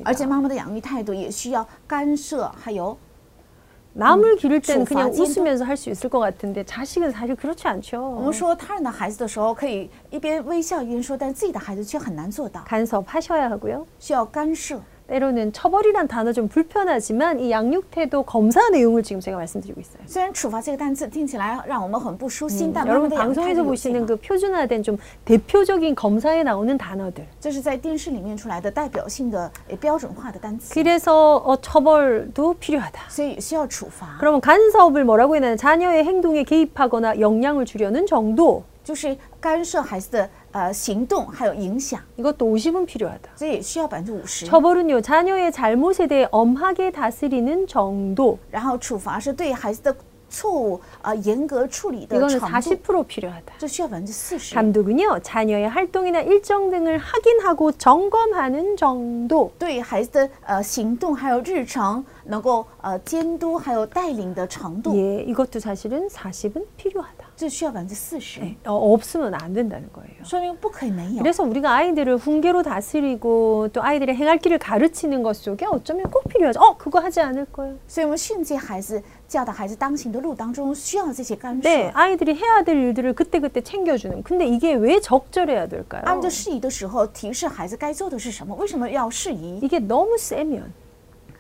S2: 而
S1: 필요합니다.
S2: 且妈妈的养育态度也需要干涉，还有
S1: 남을 기를 때는 그냥
S2: 조사진도-
S1: 웃으면서 할 수 있을 것 같은데 자식은 사실 그렇지
S2: 我
S1: 않죠.
S2: 们说他人的孩子的时候，可以一边微笑一边说，但自己的孩子却很难做到，
S1: 간섭하셔야 하고요.
S2: 需要干涉。
S1: 때로는 처벌이란 단어 좀 불편하지만 이 양육 태도 검사 내용을 지금 제가 말씀드리고 있어요.
S2: 虽然“处罚”这个单词听起来让我们很不舒心，
S1: 음,
S2: 但妈妈
S1: 여러분
S2: 的养育态
S1: 방송에서
S2: 度有这
S1: 보시는
S2: 样
S1: 그 표준화된 좀 대표적인 검사에 나오는 단어들.
S2: 这是在电视里面出来的代表性的呃标准化的单词。
S1: 그래서 어, 처벌도 필요하다.
S2: 所以也需要处罚，
S1: 그러면 간섭을 뭐라고 해야 되나? 자녀의 행동에 개입하거나 영향을 주려는 정도.
S2: 就是干涉孩子的呃行动还有影响，
S1: 이것도 50은 필요하다.
S2: 所以也需要百分之五十。
S1: 처벌은요, 자녀의 잘못에 대해 엄하게 다스리는 정도.
S2: 然后处罚是对孩子的错误呃严格处理的
S1: 이거는
S2: 程度，
S1: 40% 필요하다.
S2: 这需要百分之四十。
S1: 감독은요, 자녀의 활동이나 일정 등을 확인하고 점검하는 정도.
S2: 对孩子的呃行动还有日程能够呃监督还有带领的程度，
S1: 예, 이것도 사실은 40은 필요하다.
S2: 这需要百分之四十，
S1: 어, 없으면 안 된다는 거예요.
S2: 说明不可以没有。
S1: 그래서 우리가 아이들을 훈계로 다스리고 또 아이들의 행할 길을 가르치는 것 속에 어쩌면 꼭 필요하죠. 어, 그거 하지 않을 거예요.
S2: 所以我们训诫孩子、教导孩子当行的路当中需要这些干涉。
S1: 네, 아이들이 해야 될 일들을 그때그때 챙겨주는. 근데 이게 왜 적절해야 될까요?
S2: 按照适宜的时候提示孩子该做的是什么，为什么要适宜？
S1: 이게 너무 세면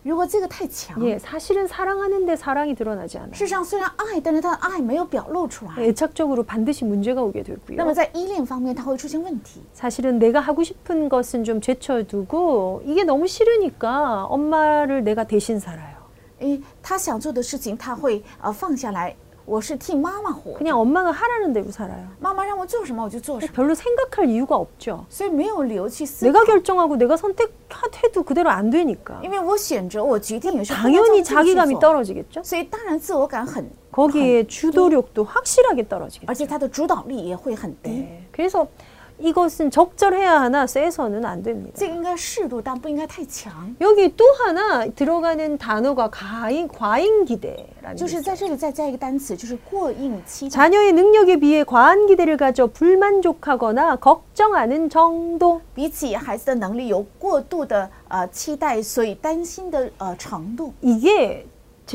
S2: 如果这个太强，
S1: 예, 사실은 사랑하는데 사랑이 드러나지 않아요.
S2: 世上虽然爱，但是他的爱没有表露出来，
S1: 애착적으로 반드시 문제가 오게
S2: 那
S1: 되고요.
S2: 么在依恋方面，他会出现问题。
S1: 사실은 내가 하고 싶은 것은 좀 제쳐두고 이게 너무 싫으니까 엄마를 내가 대신 살아요.
S2: 诶，他想做的事情，他会呃放下来。我是替妈妈活，
S1: 그냥 엄마가 하라는 대로 살아요.
S2: 妈妈让我做什么我就做什么，
S1: 별로 생각할 이유가 없죠.
S2: 所以没有理由去思，
S1: 내가 결정하고 내가 선택해도 그대로 안 되니까
S2: 因为我选择，我决定也是不能照
S1: 당연히
S2: 自己去
S1: 자기감이
S2: 做，
S1: 떨어지겠죠.
S2: 所以当然自我感很，
S1: 거기에 주도력도 확실하게 떨어지겠죠.
S2: 而且他的主导力也会很低。
S1: 네. 그래서 이것은 적절해야 하나 세서는 안 됩니다.
S2: 这个应该适度，但不应该太强。
S1: 여기 또 하나 들어가는 단어가 과잉, 과잉 기대라는
S2: 就
S1: 게
S2: 是在这里再加一个单词，就是过硬期待。
S1: 자녀의 능력에 비해 과한 기대를 가져 불만족하거나 걱정하는 정도.
S2: 比起孩子的能力有过度的呃期待，所以担心的呃程度，
S1: 이게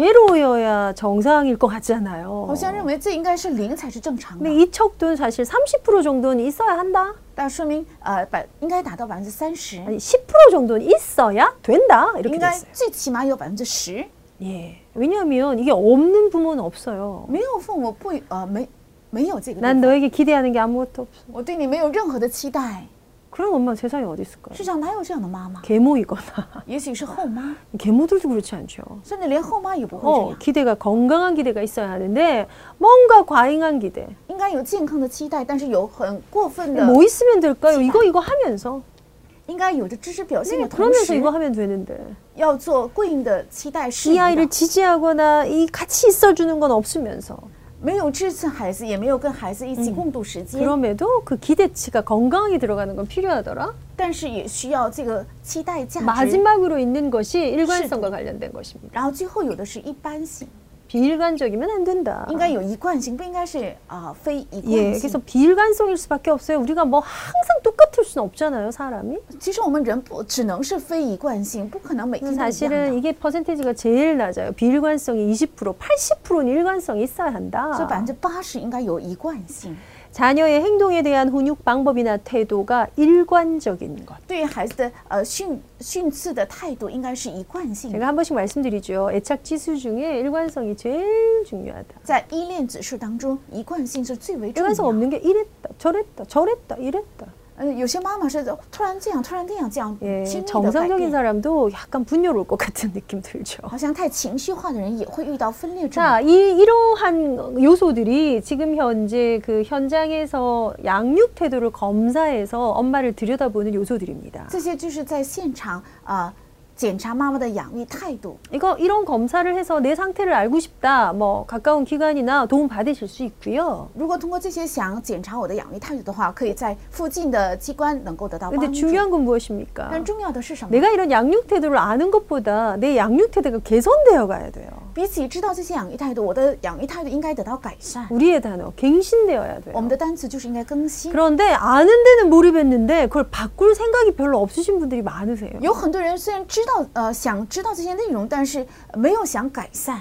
S1: 제로여야 정상일 것 같잖아요.
S2: 好像认为这应该是零才是正常
S1: 근데
S2: 的，
S1: 이 척도는 사실 30% 정도는 있어야 한다.
S2: 但说明呃百应该达到百分之三十，
S1: 아니 10% 정도는 있어야 된다.
S2: 应
S1: 이렇게
S2: 该
S1: 됐어요.
S2: 最起码有百分之十。
S1: 예. 왜냐하면 이게 없는 부모는 없어요.
S2: 没有父母不呃没没有这个地
S1: 난
S2: 方，
S1: 너에게 기대하는 게 아무것도 없어.
S2: 我对你没有任何的期待。
S1: 그런 엄마 세상에 어디 있을까요?
S2: 世上哪有这样的妈妈？
S1: 계모이거나
S2: 也许是后妈，
S1: 계모들도 그렇지 않죠.
S2: 甚至连后妈也不会这
S1: 어,
S2: 样。
S1: 기대가 건강한 기대가 있어야 하는데 뭔가 과잉한 기대.
S2: 应该有健康的期待，但是有很过分的，
S1: 뭐 있으면 될까요? 이거 이거 하면서
S2: 应该有着知识表现的同
S1: 네, 그러면서
S2: 时，
S1: 이거 하면 되는데
S2: 要做对应的期待适
S1: 이
S2: 应的
S1: 아이를 지지하거나 이 같이 있어주는 건 없으면서
S2: 没有支持孩子，也没有跟孩子一起共度时间，
S1: 그럼에도 그 기대치가 건강하게 들어가는 건 필요하더라.
S2: 但是也需要这个期待
S1: 그렇죠.
S2: 价值。
S1: 마지막으로 있는 것이 일관성과 관련된 것입니다.
S2: 然后最后有的是一般性，
S1: 비일관적이면 안 된다.
S2: 应该有一贯性，不应该是啊、非一
S1: 예,
S2: 贯
S1: 그러니까 그래서
S2: 性。
S1: 비일관성일 수밖에 없어요. 우리가 뭐 항상 똑같을 수는 없잖아요, 사람이.
S2: 其实我们人不只能是非一贯性，不可能每
S1: 그래서
S2: 天都一样
S1: 사실은
S2: 的。
S1: 이게 퍼센테이지가 제일 낮아요. 비일관성이 20%, 80%는 일관성이 있어야
S2: 所以百
S1: 한다.
S2: 分之八十应该有一贯性，
S1: 자녀의 행동에 대한 훈육 방법이나 태도가 일관적인 것.
S2: 对于孩子的呃训训斥的态度应该是一贯性的。
S1: 제가 한 번씩 말씀드리죠. 애착 지수 중에 일관성이 제일 중요하다.
S2: 在依恋指数当中，一贯性是最为重要
S1: 일관성
S2: 的。
S1: 없는 게 이랬다, 저랬다, 저랬다, 이랬다.
S2: 呃，有些妈妈是突然这样，突然那样，这样
S1: 예,
S2: 轻易的改
S1: 정상적인
S2: 变，
S1: 사람도 약간 분열 올 것 같은 느낌 들죠.
S2: 好像太情绪化的人也会遇到分裂症。
S1: 자, 이 이러한 요소들이 지금 현재 그 현장에서 양육 태도를 검사해서 엄마를 들여다보는 요소들입니다.
S2: 这些就是在现场啊、呃检查妈妈的养育态度。
S1: 이거 이런 검사를 해서 내 상태를 알고 싶다. 뭐 가까운 기관이나 도움 받으실 수 있고요.
S2: 如果通过这些想检查我的养育态度的话，可以在附近的机关能够得到
S1: 아, 근데
S2: 帮助。
S1: 중요한 건 무엇입니까?
S2: 但重要的是什么？
S1: 내가 이런 양육 태도를 아는 것보다 내 양육 태도가 개선되어 가야 돼요.
S2: 比起知道这些养育态度，我的养育态度应该得到改善。
S1: 우리의 단어 갱신되어야 돼요.
S2: 我们的单词就是应该更新。
S1: 그런데 아는 데는 몰입했는데 그걸 바꿀 생각이 별로 없으신 분들이 많으세요.
S2: 有很多人虽然知道呃想知道这些内容，但是没有想改善，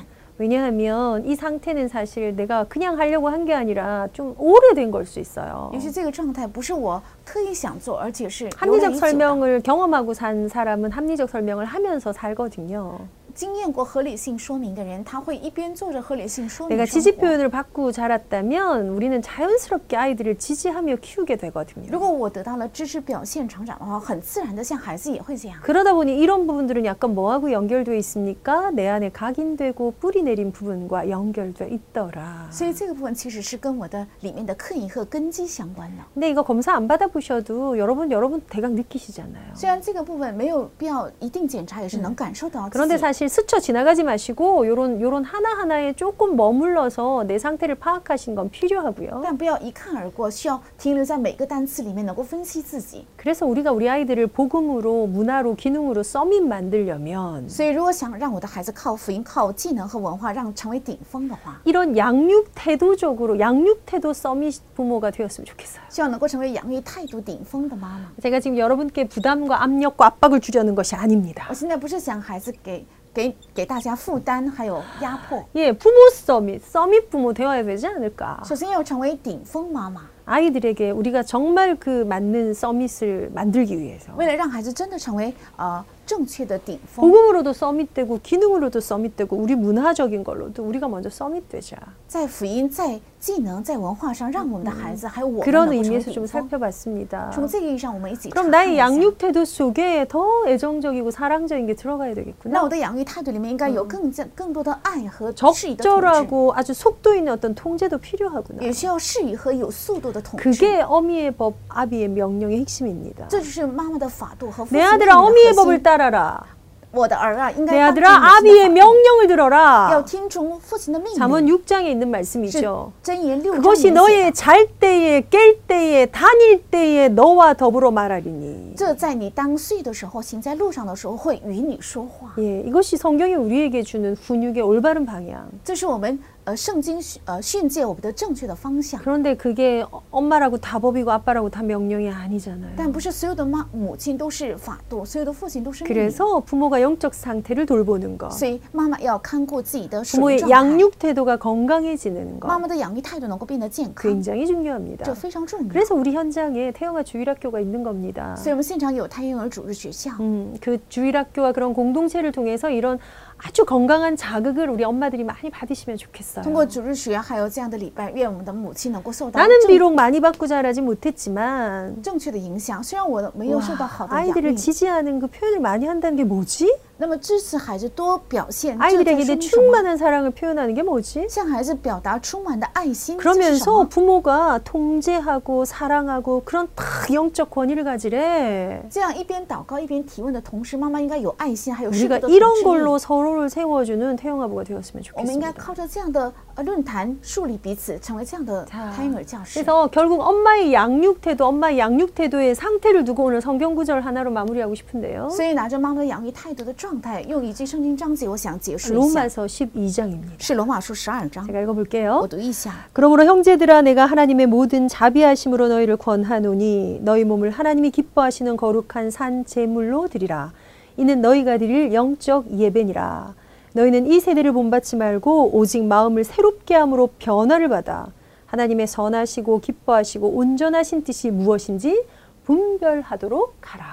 S1: 왜냐하면 이 상태는 사실 내가 그냥 하려고 한 게 아니라 좀 오래된 걸 수 있어요.
S2: 也许这个状态不是我刻意想做，而且是由来
S1: 합리적
S2: 已久的
S1: 설명을 경험하고 산 사람은 합리적 설명을 하면서 살거든요.
S2: 经验过合理性说明的人，他会一边做着合理性说
S1: 내가
S2: 明
S1: 지지
S2: 生活。
S1: 표현을 받고 자랐다면 우리는 자연스럽게 아이들을 지지하며 키우게
S2: 如
S1: 되거든요.
S2: 果我得到了支持表现成长的话，很自然的像孩子也会这样。
S1: 그러다 보니 이런 부분들은 약간 뭐하고 연결돼 있습니까? 내 안에 각인되고 뿌리 내린 부분과 연결돼 있더라.
S2: 所以这个部分其实是跟我的里面的刻意和根基相关的。
S1: 근데 이거 검사 안 받아보셔도 여러분 여러분 대강 느끼시잖아요.
S2: 虽然这个部分没有必要一定检查，也是嗯能感受到自
S1: 그런데
S2: 己。
S1: 사실 스쳐 지나가지 마시고 요런 요런 하나하나에 조금 머물러서 내 상태를 파악하신 건 필요하고요.
S2: 但不要一看而过，需要停留在每个单词里面，能够分析自己。
S1: 그래서 우리가 우리 아이들을 복음으로 문화로 기능으로 써민 만들려면
S2: 所以，如果想让我的孩子靠福音、靠技能和文化，让成为顶峰的话，
S1: 이런 양육 태도적으로 양육 태도 써밋 부모가 되었으면 좋겠어요.
S2: 希望能够成为养育态度顶峰的妈妈。
S1: 제가 지금 여러분께 부담과 압력과 압박을 주려는 것이
S2: 我
S1: 아닙니다.
S2: 现在不是想孩子给给给大家负担还有压迫，
S1: 예, 부모 써밋, 써밋 부모 되어야 되지 않을까.
S2: 首先要成为顶峰妈妈。
S1: 아이들에게 우리가 정말 그 맞는 써밋을 만들기 위해서
S2: 为了让孩子真的成为呃正确的顶峰，
S1: 복음으로도 써밋되고 기능으로도 써밋되고 우리 문화적인 걸로도 우리가 먼저 써밋되자.
S2: 在福音、在技能、在文化上，让我们的孩子还有我们
S1: 嗯 그런
S2: 能够成为
S1: 의미에서 좀
S2: 顶峰。
S1: 살펴봤습니다.
S2: 从这个意义上，我们一起
S1: 그럼
S2: 查看
S1: 나의
S2: 一下
S1: 양육 태도 속에 더 애정적이고 사랑적인 게 들어가야
S2: 那
S1: 되겠구나.
S2: 我的养育态度里面应该有更加更多的爱和适宜的统治，
S1: 嗯 적절하고 아주 속도 있는 어떤 통제도 필요하구나.
S2: 也需要适宜和有速度的统治。
S1: 그게 어미의 법, 아비의 명령의 핵심입니다.
S2: 这就是妈妈的法度和父
S1: 내
S2: 亲
S1: 아들아
S2: 命令的
S1: 어미의
S2: 核
S1: 법을
S2: 心。
S1: 따라라.
S2: 我的儿啊，应
S1: 내
S2: 该
S1: 아들아
S2: 当听你的
S1: 아비의
S2: 父亲
S1: 명령을
S2: 要
S1: 들어라.
S2: 听从父亲的命令。
S1: 잠언 6장에 있는
S2: 是
S1: 말씀이죠.
S2: 箴言六章里
S1: 그것이
S2: 面写的
S1: 너의 잘 때에 깰 때에 다닐 때에 너와 더불어 말하리니
S2: 这在你当睡的时候，行在路上的时候，会与你说话。
S1: 예, 이것이 성경이 우리에게 주는 훈육의 올바른 방향.
S2: 这是我们呃圣经呃训诫我们的正确的方向。
S1: 그런데 그게 어- 엄마라고 다 법이고 아빠라고 다 명령이 아니잖아요.
S2: 但不是所有的妈母亲都是法度，所有的父亲都是命令。
S1: 그래서 부모가 영적 상태를 돌보는 것,
S2: 所以妈妈要看顾自己的属灵
S1: 부모의
S2: 状态，
S1: 양육 태도가 건강해지는
S2: 妈
S1: 것
S2: 妈的养育态度能够变得健康，
S1: 굉장히 중요합니다.
S2: 这非常重要。
S1: 그래서 우리 현장에 태영아 주일학교가 있는 겁니다.
S2: 所以我们现场有胎婴儿主日学校，
S1: 음, 그 주일학교와 그런 공동체를 통해서 이런 아주 건강한 자극을 우리 엄마들이 많이 받으시면 좋겠어요.
S2: 通过主日学还有这样的礼拜，愿我们的母亲能够受到
S1: 나는
S2: 正
S1: 비록 많이 받고 자라지 못했지만
S2: 正确的影响。虽然我没有
S1: 와,
S2: 受到好的养
S1: 아이들을
S2: 育，
S1: 지지하는 그 표현을 많이 한다는 게 뭐지?
S2: 那么支持孩子多表现，这在
S1: 아이들에게 내
S2: 说明什么？
S1: 충만한 사랑을 표현하는 게 뭐지?
S2: 向孩子表达充满的爱心，这是什
S1: 그러면서
S2: 么？
S1: 부모가 통제하고 사랑하고 그런 다 영적 권위를 가지래.
S2: 这样一边祷告一边提问的同时，妈妈应该有爱心，还有适度
S1: 우리가
S2: 的统
S1: 이런
S2: 治
S1: 걸로 서로를 세워주는 태영아부가 되었으면
S2: 我们应该
S1: 좋겠습니다.
S2: 靠着这样的呃论坛树立彼此，成为这样的
S1: 자
S2: 胎儿教师。
S1: 그래서 결국 엄마의 양육 태도, 엄마의 양육 태도의 상태를 두고 오늘 성경 구절 하나로 마무리하고 싶은데요.
S2: 所以拿着妈妈养育态度的状态，用一句圣经章节，我想结束一下，
S1: 로마서 12장입니다.
S2: 是罗马书十二章，
S1: 제가 읽어볼게요.
S2: 我读一下。
S1: 그러므로 형제들아 내가 하나님의 모든 자비하심으로 너희를 권하노니 너희 몸을 하나님이 기뻐하시는 거룩한 산 제물로 드리라 이는 너희가 드릴 영적 예배니라 너희는 이 세대를 본받지 말고 오직 마음을 새롭게 함으로 변화를 받아 하나님의 선하시고 기뻐하시고 온전하신 뜻이 무엇인지 분별하도록 하라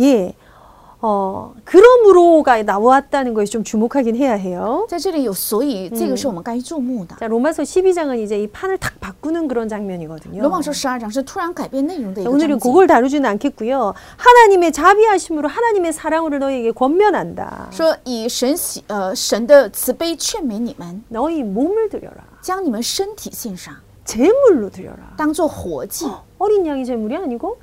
S1: 예 어, 그러므로가 나왔다는 것에 좀 주목하긴 해야 해요.
S2: 在这里有，所以这个是我们该注目的。
S1: 자, 로마서 12장은 이제 이 판을 탁 바꾸는 그런 장면이거든요.
S2: 罗马书十二章是突然改变内容的一
S1: 자,
S2: 个
S1: 오늘은
S2: 章节。
S1: 그걸 다루지는 않겠고요. 하나님의 자비하심으로 하나님의 사랑으로 너희에게 권면한다.
S2: 说以神喜呃神的慈悲劝勉你们，
S1: 너희 몸을 드려라.
S2: 将你们身体献上，
S1: 제물로 드려라.
S2: 当做活祭。
S1: 어린 양이 제물이 아니고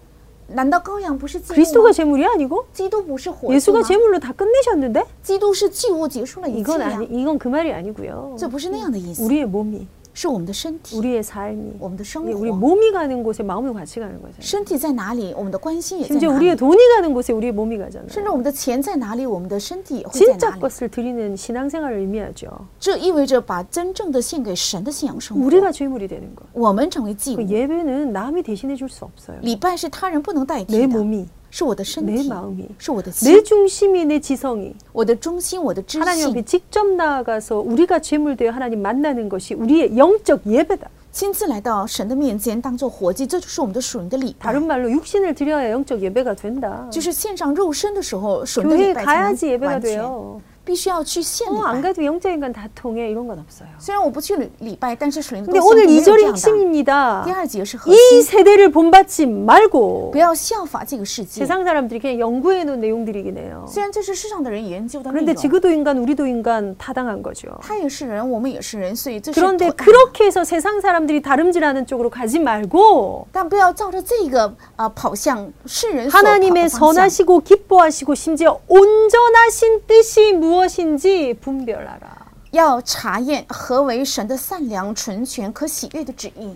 S2: 难道羔羊不是祭物
S1: 그리스도가
S2: 吗？
S1: 제물이 아니고
S2: 基督不是活祭吗
S1: 예수가 ？ 제물로 다 끝내셨는데
S2: 基督是祭物，结束了一切
S1: 이건
S2: 呀
S1: 아니 。 이건 그 말이 아니고요.
S2: 这不是那样的意思，
S1: 우리의 몸이
S2: 是我们的身体，
S1: 우리의 삶이
S2: 我们的生
S1: 우리- 우리
S2: 活，
S1: 몸이 가는 곳에 마음이 같이 가는 거잖아요.
S2: 身体在哪里，我们的关心也在
S1: 심지어
S2: 哪
S1: 우리의
S2: 里，
S1: 돈이 가는 곳에 우리의 몸이 가잖아요.
S2: 甚至我们的钱在哪里，我们的身体也会在
S1: 진짜
S2: 哪里。
S1: 것을 드리는 신앙생활을 의미하죠.
S2: 这意味着把真正的献给神的信仰
S1: 어.
S2: 生活，
S1: 우리가 죄물이 되는 거.
S2: 我们成为祭
S1: 그
S2: 物。
S1: 예배는 남이 대신해 줄 수 없어요.
S2: 礼拜是他人不能
S1: 내
S2: 代替的，
S1: 몸이,
S2: 是我的身
S1: 내
S2: 体，
S1: 마음이,
S2: 是我的心
S1: 내 ， 중심이, 내 지성이
S2: 我的中心，我的知
S1: 하나님
S2: 性
S1: 앞에 ， 직접 나아가서 우리가 죄물 되어 하나님 만나는 것이 우리의 영적 예배다.
S2: 亲自来到神的面前，当做活祭，这就是我们的属灵的礼拜。
S1: 다른 말로 육신을 드려야 영적 예배가 된다.
S2: 就是献上肉身的时候，属灵的
S1: 교회
S2: 礼拜才
S1: 가야지
S2: 能
S1: 예배가
S2: 完全，
S1: 돼요.
S2: 必须要去献
S1: 어,
S2: 礼
S1: 안
S2: 拜。
S1: 가도 영적인 건 다 통해 이런 건 없어요.
S2: 虽然我不去礼礼拜，但是属灵的
S1: 근데
S2: 东西
S1: 오늘
S2: 没有
S1: 2절이
S2: 这样的。第
S1: 핵심입니다.
S2: 二节是核
S1: 이
S2: 心，
S1: 세대를 본받지 말고
S2: 不要效法这个世界。
S1: 세상 사람들이 그냥 연구해 놓은 내용들이긴 해요.
S2: 虽然这是世上的人研究的内
S1: 그런데
S2: 容，
S1: 지구도 인간, 우리도 인간 타당한 거죠.
S2: 他也是人，我们也是人，所以这是
S1: 그런데
S2: 妥当的
S1: 그렇게 해서 세상 사람들이 다름질하는 쪽으로 가지 말고
S2: 但不要照着这个啊、跑向世人所跑的
S1: 하나님의
S2: 方向。
S1: 선하시고 기뻐하시고 심지어 온전하신 뜻이 무엇인지 분별하라.
S2: 要查验何为神的善良、纯全、可喜悦的旨意，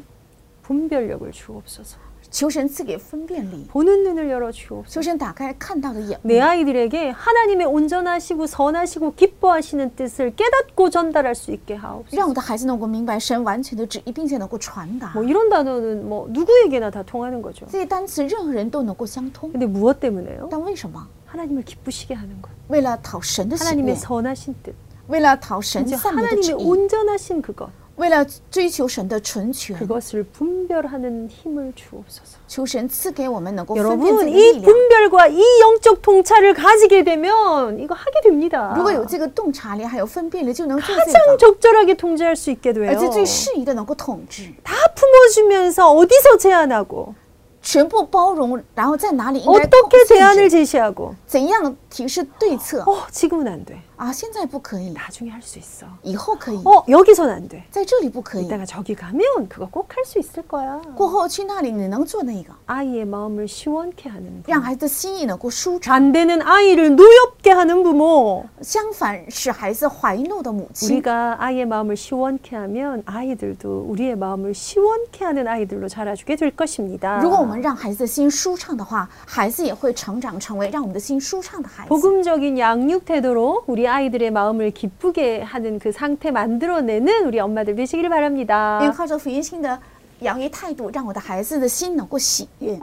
S1: 분별력을 주옵소서.
S2: 求神赐给分辨力，
S1: 보는 눈을 열어 주옵소서.
S2: 求神打开看到的眼目，
S1: 내 아이들에게 하나님의 온전하시고 선하시고 기뻐하시는 뜻을 깨닫고 전달할 수 있게 하옵소서.
S2: 让我的孩子能够明白神完全的旨意，并且能够传达
S1: 뭐 이런 단어는 뭐 누구에게나 다 통하는 거죠.
S2: 这些单词，任何人都能够相通。
S1: 근데 무엇 때문에요?
S2: 但为什么？
S1: 하나님을 기쁘시게 하는 것.
S2: 为了讨神的喜
S1: 하나님의
S2: 悦，
S1: 선하신 뜻.
S2: 为了讨神
S1: 이제
S2: 善美的旨
S1: 하나님의
S2: 意，
S1: 온전하신 그것.
S2: 为了追求神的纯
S1: 음.
S2: 全，
S1: 그것을 분별하는 힘을 주옵소서.
S2: 求神赐给我们能
S1: 어,
S2: 够分辨自
S1: 여러분
S2: 己的
S1: 이
S2: 力量。
S1: 분별과 이 영적 통찰을 가지게 되면 이거 하게 됩니다.
S2: 如果有这个洞察力，还有分辨力，就能做这
S1: 가장
S2: 个，
S1: 적절하게 통제할 수 있게 돼요.
S2: 而且最适宜的能够统治，
S1: 다 품어주면서 어디서 제안하고
S2: 全部包容，然后在哪里应该控
S1: 네, 어떻게
S2: 制
S1: 제안을 ， 제시하고
S2: 怎样提示对策
S1: 어 지금은 안 돼.
S2: 啊？现在不可以，
S1: 나중에 할 수 있어.
S2: 以后可以，
S1: 어 여기선 안 돼.
S2: 在这里不可以，
S1: 이따가 저기 가면 그거 꼭 할 수 있을 거야.
S2: 过后去那里你能做那个，
S1: 아이의 마음을 시원케 하는 분.
S2: 让孩子的心意能够舒畅。
S1: 안 되는 아이를 노엽게 하는 부모.
S2: 相反，使孩子怀怒的母亲，
S1: 우리가 아이의 마음을 시원케 하면 아이들도 우리의 마음을 시원케 하는 아이들로 자라주게 될 것입니다.
S2: 如果我们让孩子的心舒畅的话，孩子也会成长成为让我们的心舒畅的孩子。
S1: 복음적인 양육 태도로 우리 아이들의 마음을 기쁘게 하는 그 상태 만들어내는 우리 엄마들 되시길
S2: 愿
S1: 바랍니다.
S2: 靠着福音性的养育态度，让我的孩子的心能够喜悦。